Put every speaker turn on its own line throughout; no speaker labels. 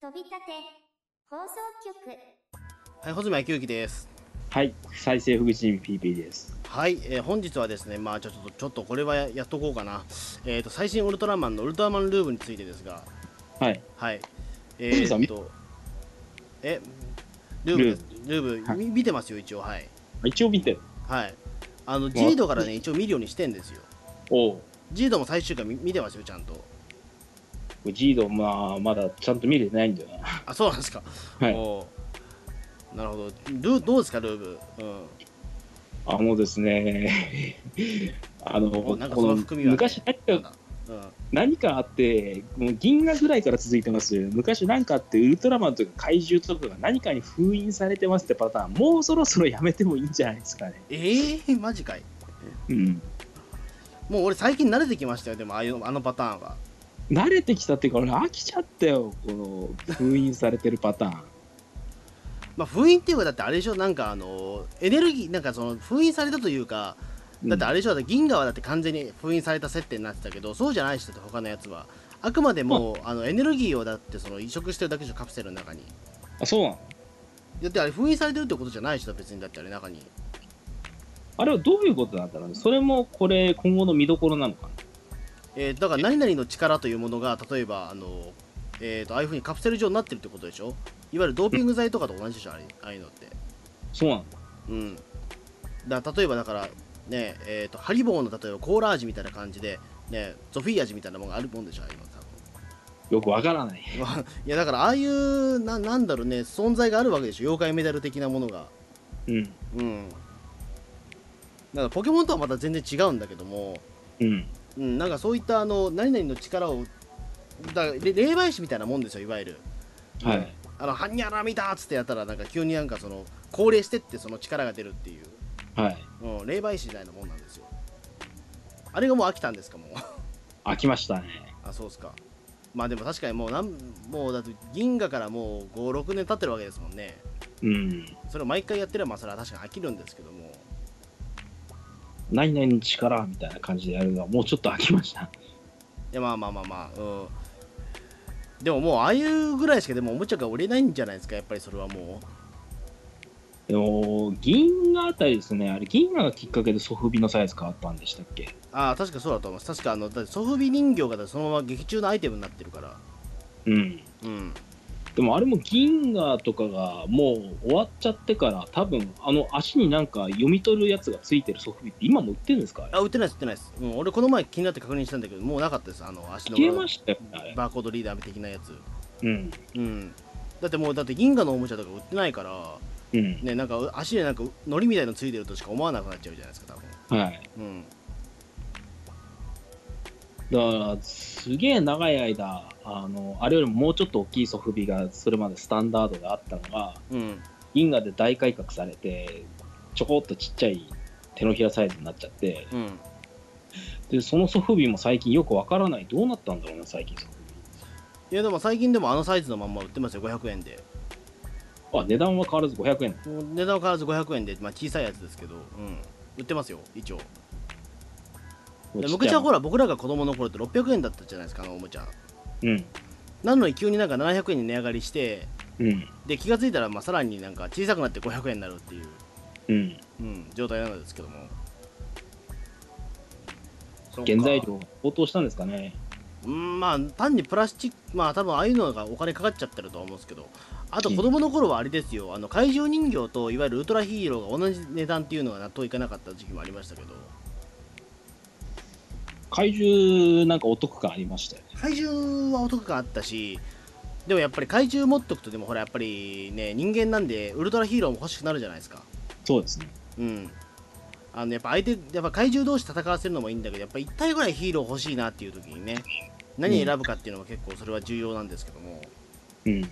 飛び立て放送局
はい、穂積明之です。
はい、再生副チーム PP です。
はい、えー本日はですね、まあちょっとちょっとこれはややっとこうかな。えっ、と最新ウルトラマンのウルトラマンルームについてですが、
はい。
はい。え
藤田さん
ーと、え、ルームですルーム、
はい
み見てますよ一応はい
一応見て。
はい。あのジードからね一応見るようにしてんですよ。
おう。
ジードも最終回見見てますよちゃんと。
ジード、まあ、まだちゃんと見れてないんだよな。
あ、そうなんですか。
はい
おーなるほど。ルどうですかルーム。うん。
あのですね、 あの、
おなんかその含みはね
昔何か
うん。
何かあって、もう銀河ぐらいから続いてます。昔何かあって、ウルトラマンとか怪獣とかが何かに封印されてますってパターン、もうそろそろやめてもいいんじゃないですかね。
えー、マジかい。
うん。
もう俺最近慣れてきましたよでもああいうあのパターンは。
慣れてきたっていうか、俺飽きちゃったよ、この封印されてるパターン。
まあ、封印っていうかだってあれでしょなんかあのエネルギーなんかその封印されたというかだってあれでしょ、だって銀河はだって完全に封印された設定になってたけどそうじゃないしだって他のやつはあくまでも、あのエネルギーをだってその移植してるだけでしょカプセルの中に
あ、そうなの
だってあれ封印されてるってことじゃないしだ別にだってあれ中に
あれはどういうことなんだろうね。それもこれ、今後の見どころなのかな。
えーだから何々の力というものが例えばあのえー、とああいうふうにカプセル状になってるってことでしょいわゆるドーピング剤とかと同じでしょあれああいうのって
そうなんだ。
うん、だ例えばだからねえーとハリボーの例えばコーラ味みたいな感じで、ね、ゾフィー味みたいなものがあるもんでしょ今多
よくわからない。
分 いやだからああいうななんだろうね存在があるわけでしょ妖怪メダル的なものが
うん。
うんだからポケモンとはまた全然違うんだけども、
うん。
うん、なんかそういったあの何々の力をだれ霊媒師みたいなもんですよいわゆる
はい。
あのハニャラ見たっつってやったらなんか急になんかその高齢してってその力が出るっていう
はい。
うん、霊媒師みたいなもんなんですよ。あれがもう飽きたんですか、もう。
飽きましたね。
あ、そうですか。まあでも確かにもうなん、もうだって銀河からもう5、6年経ってるわけですもんね。
うん。
それを毎回やってれば、まあそれは確かに飽きるんですけども。
何々の力みたいな感じでやるのはもうちょっと飽きました。
い や、まあまあまあまあ、うん。でももう、ああいうぐらいしかでもおもちゃが売れないんじゃないですか、やっぱりそれはも
でも、銀河あたりですね。あれ、銀河がきっかけでソフビのサイズ変わったんでしたっけ
う。ああ、確かそうだと思います。確か、あの、だってソフビ人形がだってそのまま劇中のアイテムになってるから。
うん。
うん。
でもあれも銀河とかがもう終わっちゃってから、多分あの足になんか読み取るやつがついてるソフビって今も売ってるんですかあれ
あ、売ってないです、売ってないです。うん、俺、この前気になって確認したんだけど、もうなかったです、あの、足の
消えましたよね、あれ。
バーコードリーダー的なやつ。
うん。
うん、だってもうだって銀河のおもちゃとか売ってないから、
うん。
ね、なんか足でなんか糊みたいのついてるとしか思わなくなっちゃうじゃないですか多分、
はい。
うん、
だからすげえ長い間あのあれよりももうちょっと大きいソフビがそれまでスタンダードであったのが
うん、
銀河で大改革されてちょこっとちっちゃい手のひらサイズになっちゃって
うん、
でそのソフビも最近よくわからないどうなったんだろうな最近ソフ
いやでも最近でもあのサイズのまんま売ってますよ500円で
ビあ値段は変わらず500円
もう値段は変わらず500円で、まあ、小さいやつですけど、うん、売ってますよ一応で昔はほ
ら
ら僕らが子供の頃って600円だったじゃないですかあのおもちゃ
うん
なのに急になんか700円に値上がりして
うん
で気が付いたらまあさらになんか小さくなって500円になるっていう
うん
うん、状態なんですけどもそうか
原材料が高騰したんですかね
うんまあ単にプラスチックまあ多分ああいうのがお金かかっちゃってるとは思うんですけどあと子供の頃はあれですよあの怪獣人形といわゆるウルトラヒーローが同じ値段っていうのが納得いかなかった時期もありましたけど
怪獣なんかお得感ありましたよね
怪獣はお得感あったしでもやっぱり怪獣持っとくとでもほらやっぱりね人間なんでウルトラヒーローも欲しくなるじゃないですか
そうですね
うんあのやっぱ相手やっぱ怪獣同士戦わせるのもいいんだけどやっぱ1体ぐらいヒーロー欲しいなっていう時にね何選ぶかっていうのは結構それは重要なんですけども、
うん
うん。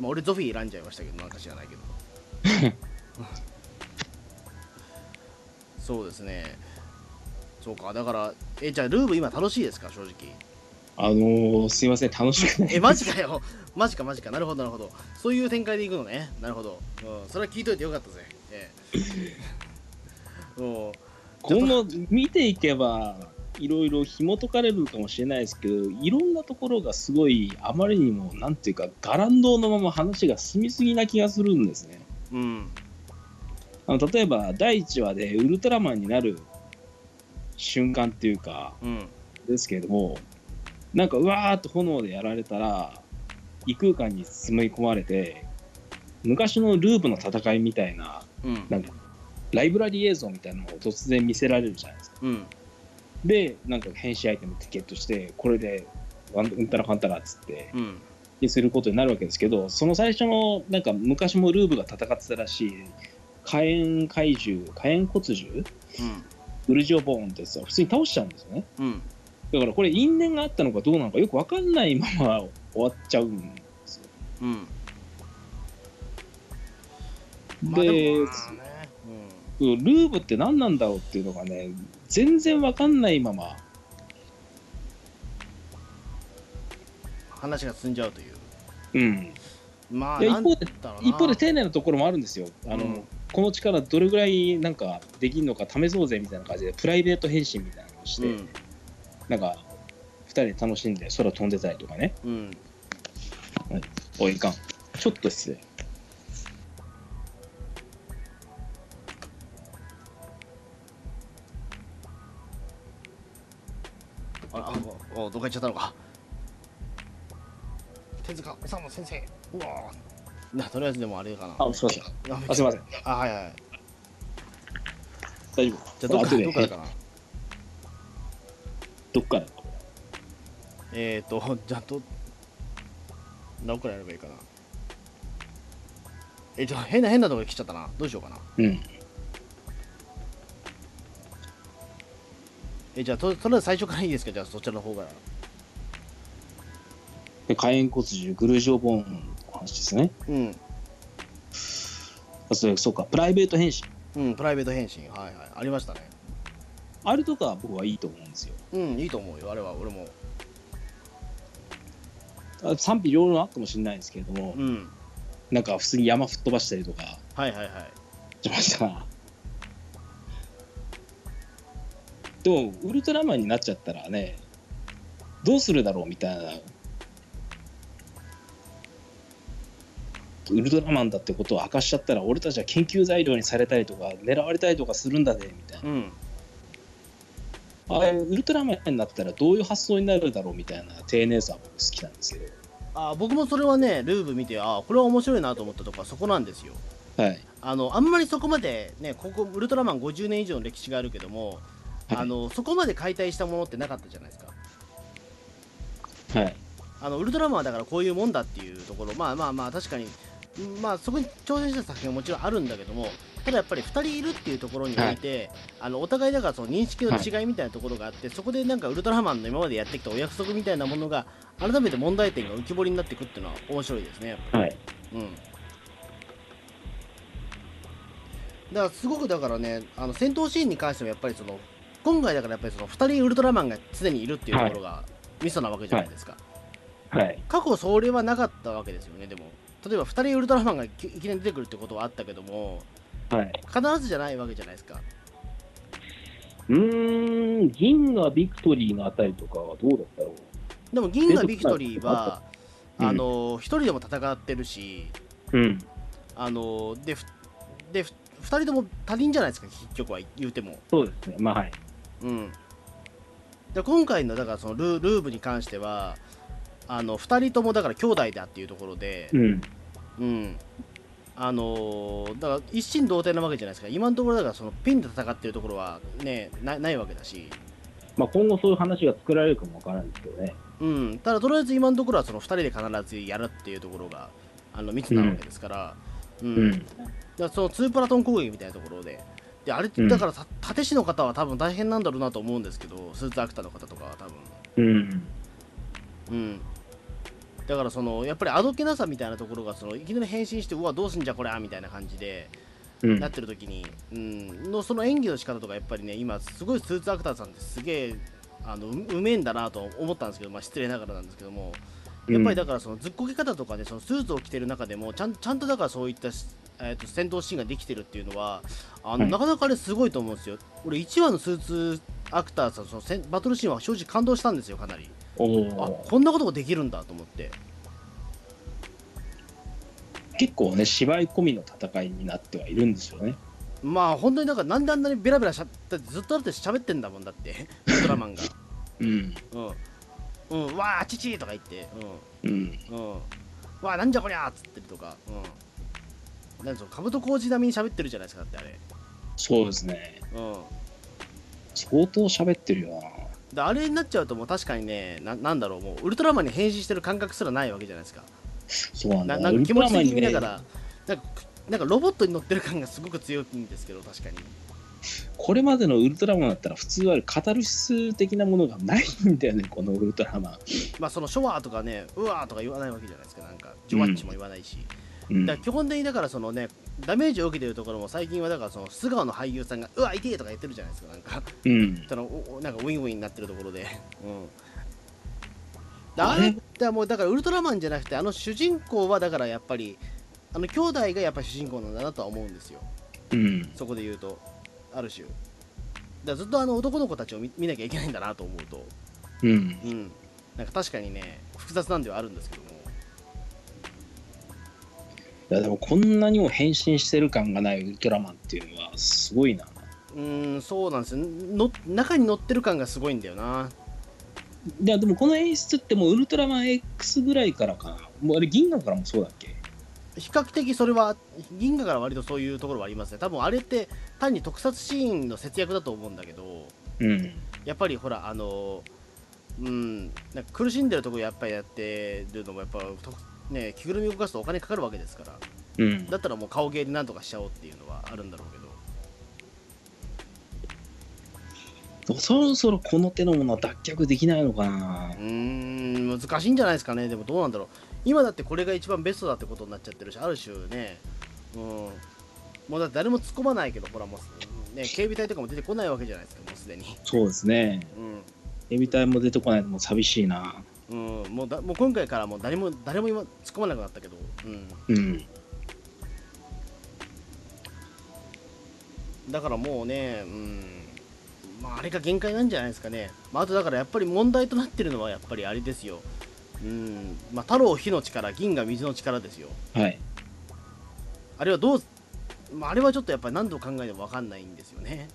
まあ、俺、ゾフィー選んじゃいましたけど、なんか知らないけど。そうですね。そうか、だから、え、じゃあ、ルーブ今楽しいですか、正直。
あのー、すいません楽しくない
え、マジかよ。マジか、マジか。なるほど、なるほど。そういう展開でいくのね。なるほど。うん、それは聞いといてよかったぜ。ええ。うん
今後見ていけばいろいろ紐解かれるかもしれないですけどいろんなところがすごいあまりにもなんていうかガランドのまま話が進みすぎな気がするんですね
うん
あの例えば第1話でウルトラマンになる瞬間っていうか
うん
ですけれどもなんかうわーっと炎でやられたら異空間に包み込まれて昔のルーブの戦いみたいな
うん
なんかライブラリー映像みたいなのを突然見せられるじゃないですか
うん
でなんか変身アイテムってゲットしてこれでわんうんたらかんたらっつって
うん
することになるわけですけどその最初のなんか昔もルーブが戦ってたらしい火炎怪獣火炎骨獣
うん
ウルジオボーンってさ普通に倒しちゃうんですよね
うん
だからこれ因縁があったのかどうなのかよく分かんないまま終わっちゃうんですよ。
うんまあもま
で、
あね
ルーブって何なんだろうっていうのがね全然分かんないまま
うん話が進んじゃうという
うん、
まあ
いや
なんだろうな
一方で丁寧なところもあるんですよあの、
うん
この力どれぐらいなんかできるのか試そうぜみたいな感じでプライベート変身みたいなのをして、
うん
なんか2人で楽しんで空飛んでたりとかね
うん
おいいかんちょっと失礼
あらあおおどっか行っちゃったのか手塚治虫先生うわーなとりあえずでもあれかな
あすいません
あ
あすいません
あはいはい
大丈夫
じゃあどっか
後で
どっからかな
どっから
えーとじゃあど何個やればいいかなえちょっと変な変なところ来ちゃったなどうしようかな
うん
えじゃあととりあえず最初からいいですかじゃあそちらの方から
で火炎骨獣グルージョボーンの話ですね
うん
あそうそうかプライベート変身
うんプライベート返信はいはいありましたね
あれとかは僕はいいと思うんですよ
うんいいと思うよあれは俺も
あ賛否両論あるかもしれないんですけれども、
うん
なんか普通に山吹っ飛ばしたりとか
はいはいはい
しましたでもウルトラマンになっちゃったらねどうするだろうみたいなウルトラマンだってことを明かしちゃったら俺たちは研究材料にされたりとか狙われたりとかするんだぜみたいな
うん
ああいうウルトラマンになったらどういう発想になるだろうみたいな丁寧さは僕好きなんですけ
あ僕もそれはねルーブ見てあこれは面白いなと思ったとこはそこなんですよ
どはい
あのあんまりそこまでねここウルトラマン50年以上の歴史があるけども、
はい
あのそこまで解体したものってなかったじゃないですか
はい
あのウルトラマンはだからこういうもんだっていうところまあまあまあ確かにうんまあそこに挑戦した作品はもちろんあるんだけどもただやっぱり2人いるっていうところにおいて、あのお互いだからその認識の違いみたいなところがあって、そこでなんかウルトラマンの今までやってきたお約束みたいなものが改めて問題点が浮き彫りになっていくっていうのは面白いですねやっぱり
はい
うんだからすごくだからねあの戦闘シーンに関してもやっぱりその今回だからやっぱりその2人ウルトラマンが常にいるっていうところがミソなわけじゃないですか、
はい
過去それはなかったわけですよねでも例えば2人ウルトラマンがきいきなり出てくるってことはあったけども
はい
必ずじゃないわけじゃないですか
うーん銀河ビクトリーのあたりとかはどうだったろう
でも銀河ビクトリーは
うん
あの1人でも戦ってるし
うん、
あのでふで2人とも他人じゃないですか結局は言うても
そうですね、まあはい。
うん、で今回のだからそのルールーブに関してはあの2人ともだから兄弟だっていうところで、
ん、
うんあのーだから一心同体なわけじゃないですか今のところだからそのピンで戦ってるところはねないないわけだし、
まあ今後そういう話が作られるかもわからないですけどね。
うん、ただとりあえず今のところはその2人で必ずやるっていうところがあの密なわけですから。うんだからそのツープラトン攻撃みたいなところでであれってだからた盾師の方は多分大変なんだろうなと思うんですけどスーツアクターの方とかは多分
うん、
うん、だからそのやっぱりあどけなさみたいなところがそのいきなり変身してうわどうすんじゃこりゃみたいな感じで、
うん
なってる時に、うん、のその演技の仕方とかやっぱりね今すごいスーツアクターさんってすげえあのううめえんだなと思ったんですけど、まあ、失礼ながらなんですけどもやっぱりだからそのずっこけ方とかねそのスーツを着てる中でもちゃんちゃんとだからそういったし、えー、と戦闘シーンができてるっていうのはあの、
はい
なかなかあれすごいと思うんですよ。俺1話のスーツアクターさんその戦バトルシーンは正直感動したんですよかなり
お
あ
ー
こんなこともできるんだと思って
結構ね芝居込みの戦いになってはいるんですよね
まあ本当になんかなんであんなにベラベラしゃだってずっとだって喋ってんだもんだ ってウルトラマンが
うん
うん、うん、わあチチーとか言って
うん
うんうんわあなんじゃこりゃーっつってるとかうんなんかその兜小路並みに喋ってるじゃないですかだってあれ
そうですね
うん
相当喋ってるよな
だあれになっちゃうともう確かにねななんだろうもうウルトラマンに変身してる感覚すらないわけじゃないですか
そうなんだ
ななんか気持ち的に見なが
ウルトラマンにね
ら、なんかなんかロボットに乗ってる感がすごく強いんですけど確かに
これまでのウルトラマンだったら普通はカタルシス的なものがないんだよ ねこのウルトラマン、
まあそのショワーとかねうわーとか言わないわけじゃないですかなんかジョワッチも言わないし、
うん
だから基本的にだからそのねダメージを受けてるところも最近はだからその素顔の俳優さんがうわ痛えとか言ってるじゃないですかなんか
うん
そのおおなんかウィンウィンになってるところで、うん、だ
あ
あ
れ
れだもうだからウルトラマンじゃなくてあの主人公はだからやっぱりあの兄弟がやっぱり主人公なんだなとは思うんですよ
うん
そこで言うとある種だからずっとあの男の子たちを見見なきゃいけないんだなと思うと
うん
うんなんか確かにね複雑なんではあるんですけども
いやでもこんなにも変身してる感がないウルトラマンっていうのはすごいな
うーんそうなんですよの中に乗ってる感がすごいんだよない
やでもこの演出ってもうウルトラマン X ぐらいからかなもうあれ銀河からもそうだっけ
比較的それは銀河から割とそういうところはありますね多分あれって単に特撮シーンの節約だと思うんだけど
うん
やっぱりほらあのうんなんか苦しんでるところやっぱりやってるのもやっぱとね着ぐるみ動かすとお金かかるわけですから
うん
だったらもう顔芸でなんとかしちゃおうっていうのはあるんだろうけど
そろそろこの手のものは脱却できないのかな
うーん難しいんじゃないですかねでもどうなんだろう今だってこれが一番ベストだってことになっちゃってるしある種ねうんもうだって誰も突っ込まないけどほらもう、ね、警備隊とかも出てこないわけじゃないですかもうすでに
そうですねエビ隊も出てこないのも寂しいな
うん、うん、もうだもう今回からもう誰も誰も今突っ込まなくなったけどうん
うん
だからもうねうんまああれが限界なんじゃないですかね、まあ、あとだからやっぱり問題となってるのはやっぱりあれですようんまあ太郎火の力銀河水の力ですよ
はい
あれはどう、まあ、あれはちょっとやっぱり何度考えても分かんないんですよね。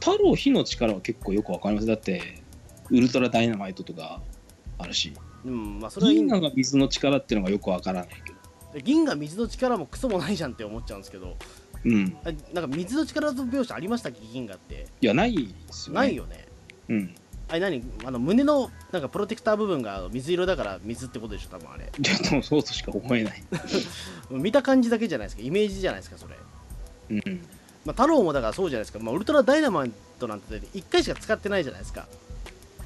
太郎火の力は結構よくわかりますだってウルトラダイナマイトとかあるし
うん、まあそれはいい
銀
ん
河が水の力っていうのがよくわからないけど
銀河水の力もクソもないじゃんって思っちゃうんですけど、
うん
あなんか水の力の描写ありましたっけ、銀河って。
いやないですよね
ないよね。
うん
あれ何あの胸のなんかプロテクター部分が水色だから水ってことでしょ、多分あれ。
いやでもそうとしか思えない。
見た感じだけじゃないですか、イメージじゃないですか、それ。
うん。
まあ、太郎もだからそうじゃないですか、まあ、ウルトラダイナマイトなんて1回しか使ってないじゃないですか。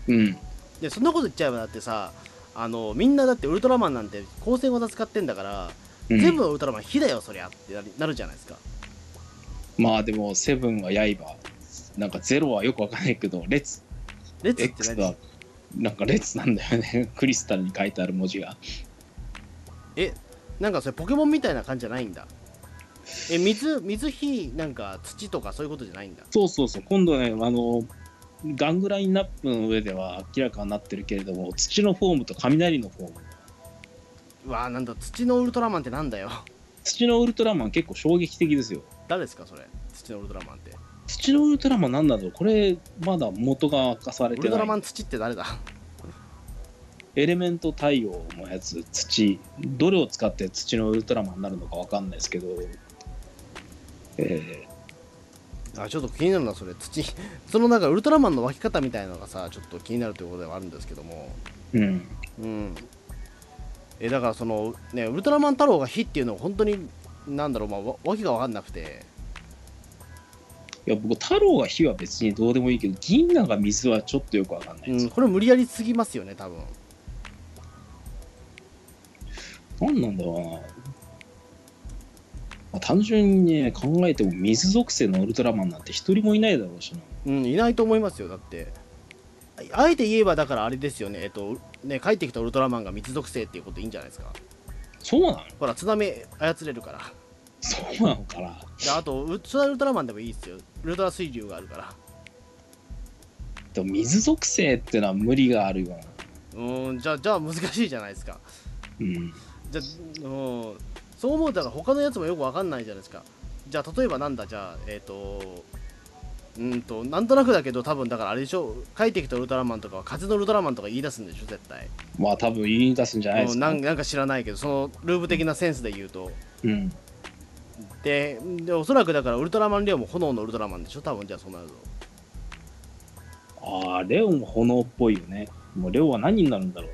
うん。
でそんなこと言っちゃえばだってさあのみんなだってウルトラマンなんて光線技使ってんだから、
うん
全部のウルトラマン火だよそりゃってなりなるじゃないですか
まあでも、セブンは刃、なんかゼロはよくわかんないけど、列、
列って
X
何
は、なんか列なんだよね。 クリスタルに書いてある文字が。
えなんかそれポケモンみたいな感じじゃないんだえ水水火なんか土とかそういうことじゃないんだ
そうそうそう、今度ね、あの、ガングラインナップの上では明らかになってるけれども、土のフォームと雷のフォーム。
うわーなんだ土のウルトラマンってなんだよ
土のウルトラマン結構衝撃的ですよ。
誰ですかそれ土のウルトラマンって
土のウルトラマンなんだろうこれ、まだ元が明かされ
ウ
て
ルト
な
ラマ
い。
ン土って誰だ
エレメント太陽のやつ、土、どれを使って土のウルトラマンになるのかわかんないですけど、え
あちょっと気になるなそれ土 そのなんかウルトラマンの湧き方みたいなのがさちょっと気になるということではあるんですけども
ーうん、
うん、えだからそのねウルトラマン太郎が火っていうのは本当になんだろうまあわわけが分かんなくて
いや僕、太郎が火は別にどうでもいいけど、銀河が水はちょっとよくわかんな
う
いです
ん
よ。
これ無理やりすぎますよね多分
何なんだろうな。まあ単純にね、考えても水属性のウルトラマンなんて一人もいないだろうしな。
うんいないと思いますよだってああえて言えばだからあれですよねえっとね帰ってきたウルトラマンが密属性っていうこといいんじゃないですか
そうなの
ほら津波操れるから
そうなのかな。
であとウルトラウルトラマンでもいいですよウルトラ水流があるから
でも水属性ってのは無理があるよな。
うんじゃあじゃあ難しいじゃないですか
うん。
じゃあうんそう思うたら他のやつもよくわかんないじゃないですかじゃあ例えばなんだじゃあえっ、とうんとなんとなくだけど多分だからあれでしょ帰ってきたウルトラマンとかは風のウルトラマンとか言い出すんでしょ絶対
まあ多分言い出すんじゃないで
う
す
ん
か。
なんなんか知らないけどそのループ的なセンスで言うと
うん。
ででおそらくだからウルトラマンレオも炎のウルトラマンでしょ多分じゃあそうなると
ああ、レオンも炎っぽいよね。もうレオンは何になるんだろう。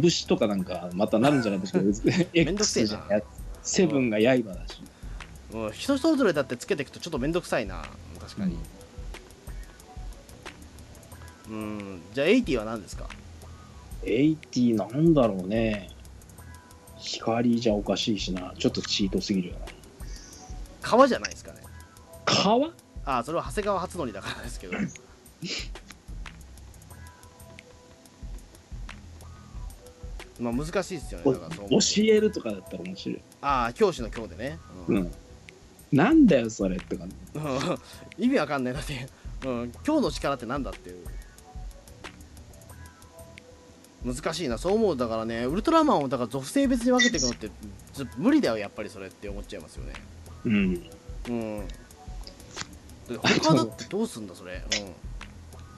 拳とかなんかまたなるんじゃないです か。
めんどくせえ
X
な
じゃない。セブンが刃だし。
うん、人それぞれだってつけていくとちょっと面倒くさいな確かにうん、じゃあ80は何ですか
80なんだろうね。光じゃおかしいしな。ちょっとチートすぎるよな。
川じゃないですかね
川
ああそれは長谷川初則だからです けどまあ難しいですよね
お
だ
教
からそう思う
えるとかだったら面白い。
ああ教師の教でね、うん
うん。なんだよ、それって感じ。
うん 意味わかんないだって、うん、今日の力ってなんだっていう難しいなそう思うだからねウルトラマンをだから属性別に分けていくのってず無理だよやっぱりそれって思っちゃいますよね
うん。
うんで他だってどうすんだそれ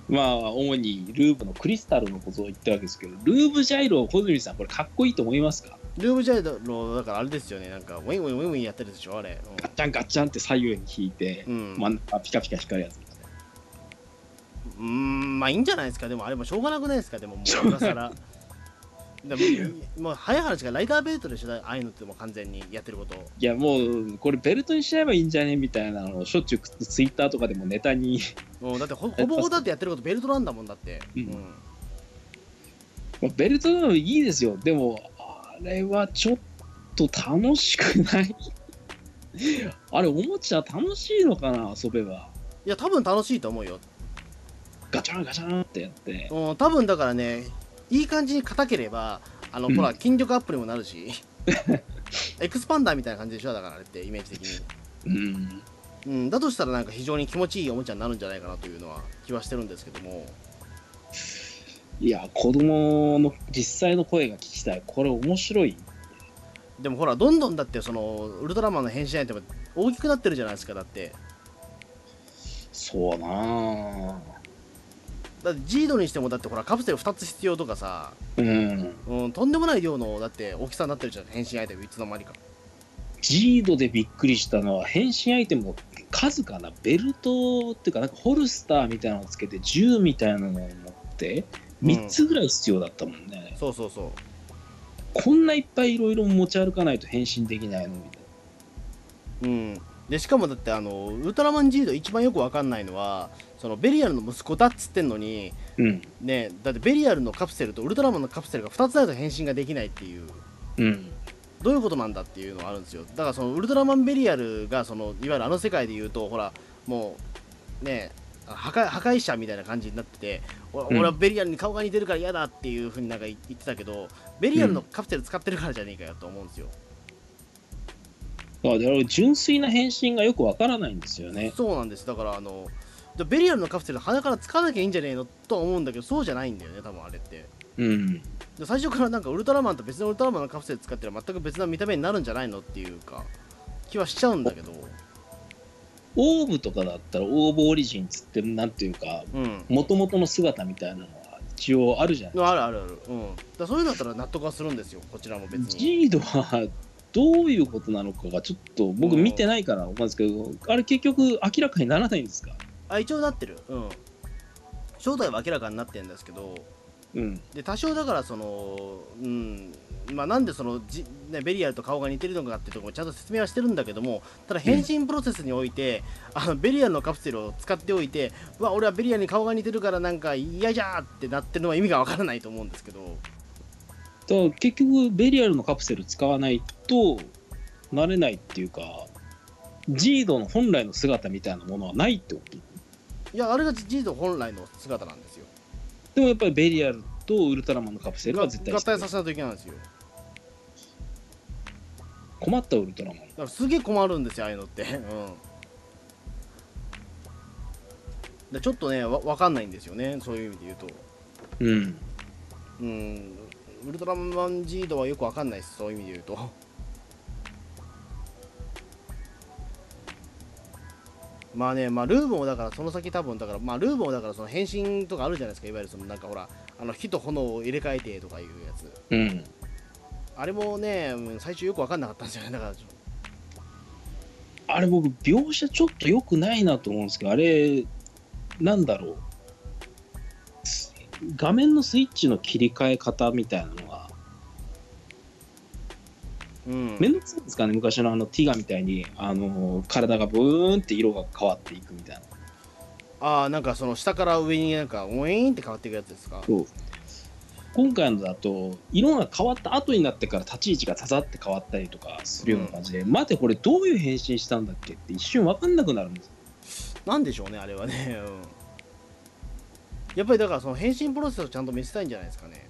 まあ、主にルーブのクリスタルのことを言ったわけですけど、ルーブジャイロ、小泉さん、これかっこいいと思いますか
うんルーブジャイロだからあれですよねなんかウィンウィンウィンウィンやってるでしょあれ
ガッチャンガッチャンって左右に引いて、
うん、うん
真ん中ピカピカ光るやつ。
うーんまあいいんじゃないですかでもあれもしょうがなくないですかでももう今更でももう早い話がライダーベルトでしょああいうのってもう完全にやってること
いや、もう、これベルトにしちゃえばいいんじゃねみたいなのを、しょっちゅうツイッターとかでもネタに、
うんだってほほぼほぼだってやってることベルトなんだもんだって、
うん
うん
まあベルトなのいいですよ。でも、あれはちょっと楽しくない。あれ、おもちゃ楽しいのかな遊べば。
いや多分楽しいと思うよ、
ガチャンガチャンってやって。
うん、多分だからねいい感じに硬ければあの、
うん
ほら筋力アップにもなる しエクスパンダーみたいな感じでしょだからあれってイメージ的に、
うん。
うん、だとしたらなんか非常に気持ちいいおもちゃになるんじゃないかなというのは気はしてるんですけども
いや、子供の実際の声が聞きたい。これ面白い。
でもほらどんどんだってそのウルトラマンの変身相手も大きくなってるじゃないですかだって
そうなぁ。
だってジードにしてもだってほらカプセル2つ必要とかさ、
うん。
うん、とんでもない量のだって大きさになってるじゃん変身相手もいつの間にか
ジードでびっくりしたのは、変身アイテムの数かな。ベルトっていうか、なんかホルスターみたいなのをつけて、銃みたいなのを持って、
うん
3つぐらい必要だったもんね。
そうそうそう
こんないっぱいいろいろ持ち歩かないと変身できないのみたい
うん、でしかもだってあのウルトラマンジード一番よくわかんないのはそのベリアルの息子だっつってんのに
な。うん。
ねだってベリアルのカプセルとウルトラマンのカプセルが2つないと変身ができないっていう
うん。
どういうことなんだっていうのはあるんですよだからそのウルトラマンベリアルがそのいわゆるあの世界で言うとほらもうね破壊破壊者みたいな感じになっててお
うん
俺はベリアルに顔が似てるから嫌だっていうふうになんか言ってたけどベリアルのカプセル使ってるからじゃねえかよと思うんですよ、
だから俺純粋な変身がよくわからないんですよね。
そうなんですだからあのじゃあベリアルのカプセル鼻から使わなきゃいいんじゃねえのとは思うんだけどそうじゃないんだよね多分あれって
うん。
で最初からなんかウルトラマンと別のウルトラマンのカプセル使ってる全く別な見た目になるんじゃないのっていうか気はしちゃうんだけど
オーブとかだったらオーブオリジンつってなんていうか
うん
元々の姿みたいなのは一応あるじゃない
あるあるあるうんだからそういうのだったら納得はするんですよこちらも別
ジ
に
ードはどういうことなのかがちょっと僕見てないから思うんですけどあれ結局明らかにならないんですか
あ一応なってるうん正体は明らかになってるんですけど
うん
で多少だからそのうんまあなんでそのじ、ね、ベリアルと顔が似てるのかってところもちゃんと説明はしてるんだけどもただ変身プロセスにおいて、あのベリアルのカプセルを使っておいてうわ俺はベリアルに顔が似てるからなんか嫌じゃーってなってるのは意味がわからないと思うんですけど
と結局ベリアルのカプセル使わないとなれないっていうかジードの本来の姿みたいなものはないってこと
いやあれがジード本来の姿なんですよ
でもやっぱりベリアルとウルトラマンのカプセルは絶対
合
必要
体させないといけないんですよ
困ったウルトラマン
だからすげえ困るんですよああいうのってうんらちょっとねわ分かんないんですよねそういう意味で言うとう
うん。
んウルトラマン G 度はよく分かんないですそういう意味で言うと まあねまあルーボンもだからその先多分だからまあルーボンもだからその変身とかあるじゃないですかいわゆるそのなんかほらあの火と炎を入れ替えてとかいうやつ
うん。
あれもねうん最初よく分かんなかったんですよねだから
あれ僕、描写ちょっと良くないなと思うんですけど、あれ、なんだろう。す画面のスイッチの切り替え方みたいなのが、
うん
めんどくさいんですかね、昔のあのティガみたいに、あの体がブーンって色が変わっていくみたいな。
ああなんかその下から上になんかウィーンって変わっていくやつですか
そう今回のだと色が変わった後になってから立ち位置がささって変わったりとかするような感じで、待てこれどういう変身したんだっけって一瞬分かんなくなるんです
なんでしょうねあれはね、うん、やっぱりだからその変身プロセスをちゃんと見せたいんじゃないですかね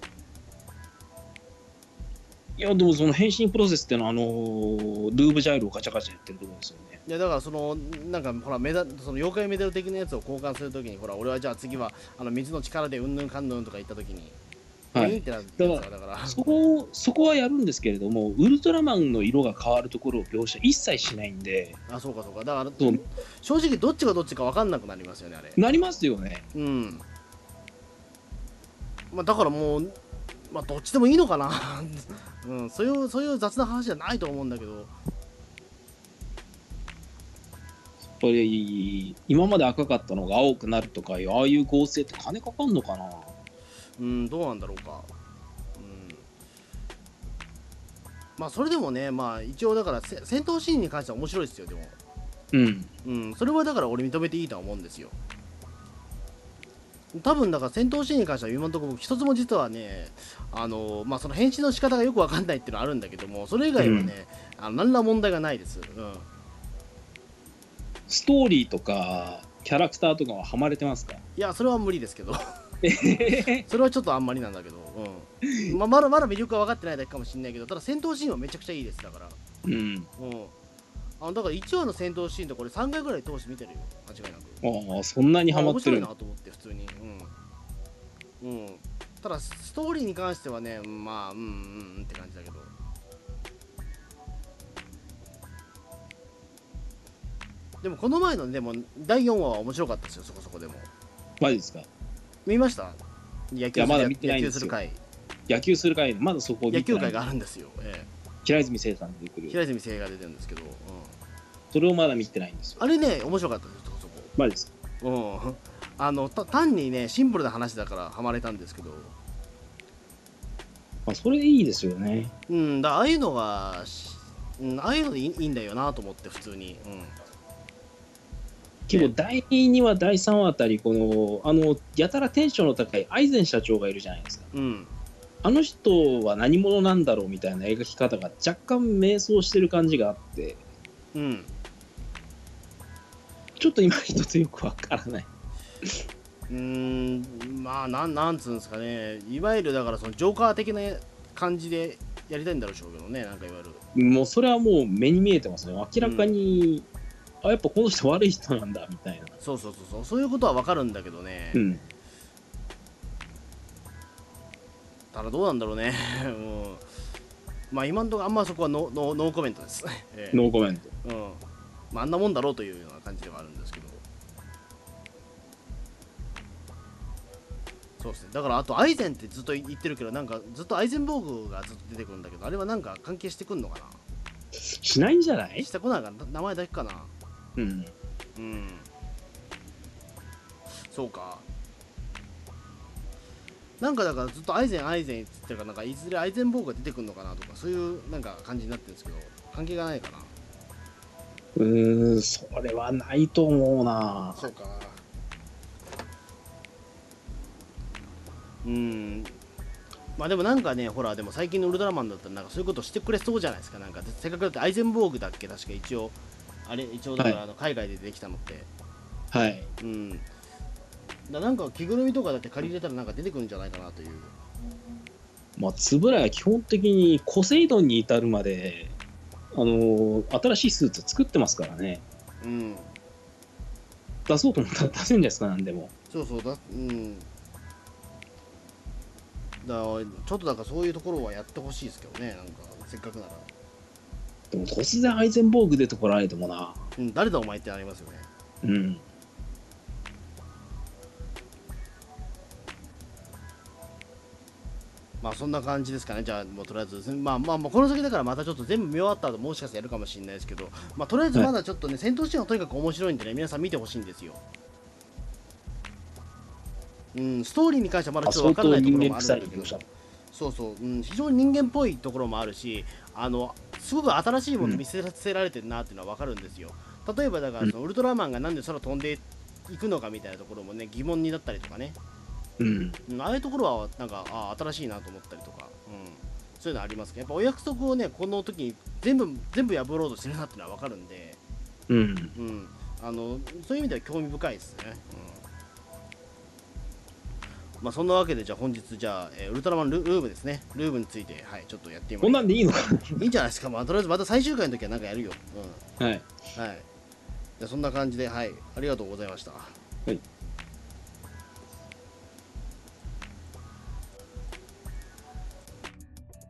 いやでもその変身プロセスっていうのはあのールーブジャイルをガチャガチャやってるところですよね
いやだからそのなんかほらメダその妖怪メダル的なやつを交換するときにほら俺はじゃあ次はあの水の力でうんぬんかんぬんとか言ったときに、
は
ウィーン
い
ってなってやつがだから
そこをそこはやるんですけれどもウルトラマンの色が変わるところを描写一切しないんで
あそうかそうかだから
そう
正直どっちがどっちか分かんなくなりますよねあれ
なりますよね
うんまあだからもうまあどっちでもいいのかな、 うん、そういうそういう雑な話じゃないと思うんだけど
これ今まで赤かったのが青くなるとかいうああいう合成って金かかんのかな
うん、どうなんだろうか。うん。まあ、それでもね、まあ、一応だからせ、戦闘シーンに関しては面白いですよ、でも。
うん
うん、それはだから俺認めていいとは思うんですよ。多分だから戦闘シーンに関しては今のところ僕一つも実はね、あのまあ、その変身の仕方がよくわかんないっていうのはあるんだけども、それ以外はね、あの何ら問題がないです。うん、
ストーリーとかキャラクターとかはハマれてますか
いや、それは無理ですけど、それはちょっとあんまりなんだけど、うんまあ、まだまだ魅力は分かってないだけかもしれないけど、ただ戦闘シーンはめちゃくちゃいいです、だから。
うん。
うん。あのだから1話の戦闘シーンとこれ3回ぐらい通して見てるよ、間違いなく。
ああ、そんなにハマってるん
あ面白い
だ。
なと思って、普通に。うん。うん。ただ、ストーリーに関してはね、まあ、うんうんうんって感じだけど。でも、この前の、でも、第4話は面白かったですよ、そこそこでも。
マジですか
見ました野
い
球
や
す
ま
る
だ見てない
野球
んですす
る
よ
会、
野球する会、まだそこを
野
見て
球
ない
会があるんですよ。え
平泉聖さん出てく
え、
る。
平泉聖が出てるんですけど、うん
それをまだ見てないんですよ。
あれね、面白かったですよ、そこそこ。
マジですか
うん、あのた単にねシンプルな話だからハマれたんですけど、
まあ、それいいですよね。
うん、だああいうのが、しうん、ああいうのでいいいいんだよなと思って普通に、
結構、第2話、第3話あたり、この、あの、やたらテンションの高いアイゼン社長がいるじゃないですか。
うんうん、
あの人は何者なんだろうみたいな描き方が若干迷走してる感じがあって、
うん、
ちょっと今一つよくわからない。
うん、まあなんなんつうんですかねいわゆるだからそのジョーカー的な感じでやりたいんだろうしょうけどねなんかいわゆる
もうそれはもう目に見えてますね、明らかに、あやっぱこの人悪い人なんだみたいな。
そうそうそうそうそういうことはわかるんだけどね、
うん、
ただどうなんだろうね、 うん、まあ今のところあんまそこはノーノーノーコメントです、 ええ
ノーコメント。
うんまあ、あんなもんだろうというような感じではあるんですけどそうですねだからあとアイゼンってずっと言ってるけどなんかずっとアイゼンボーグがずっと出てくるんだけどあれはなんか関係してくんのか
しないんじゃな、
ないしてこないかな名前だけかな
うん、
うんそうかなんかだからずっとアイゼンアイゼンって言ってるからなんかいずれアイゼンボーグが出てくるのかなとかそういうなんか感じになってるんですけど関係がないかな
うーん、それはないと思うな。
そうかうんまあでもなんかねほらでも最近のウルトラマンだったらなんかそういうことしてくれそうじゃないですかなんかせっかくだってアイゼンボーグだっけ確か一応あれ一応だか
は
らあの海外でできたのって、
はい。
うんだなんか着ぐるみとかだって借りれたらなんか出てくるんじゃないかなという
まあ、円谷は基本的にコセイドンに至るまで、あのー新しいスーツ作ってますからね。
うん
出そうと思ったら出せるんじゃないですか、なんでも。
そうそうだうんだからちょっとなんかそういうところはやってほしいですけどねなんかせっかくなら、
でも突然アイゼンボーグ出てこられてもな。
うん、誰だお前ってありますよね
うん。
まあそんな感じですかねじゃあもうとりあえずですねまあまあまあこの先だからまたちょっと全部見終わった後もしかしてやるかもしれないですけどまあとりあえずまだちょっとね、戦闘シーンはとにかく面白いんでね皆さん見てほしいんですようんストーリーに関してはまだ
あ
ちょっと分
相
からない
当
ところも
人間
あるんだ
臭い
け
人
ど
間臭い
そうそう、うん、非常に人間っぽいところもあるしあのすごく新しいもの見せられてるなっていうのは分かるんですよ、例えばだからそのウルトラマンがなんで空飛んでいくのかみたいなところもね疑問になったりとかね、
うん。
うん、ああいうところはなんかあ新しいなと思ったりとか、うん、そういうのありますけどやっぱお約束をねこの時に全部全部破ろうとしてるなっていうのは分かるんで、
うん。
うん、あのそういう意味では興味深いですね、うんまあ、そんなわけでじゃあ本日じゃあ、えーウルトラマンルルームですねルームについてはいちょっとやってみま
こんなんでいいのか
いいんじゃないですか、まあ、とりあえずまた最終回の時はなんかやるよ、
なはい。
うん、はいじゃあそんな感じではいありがとうございました
はい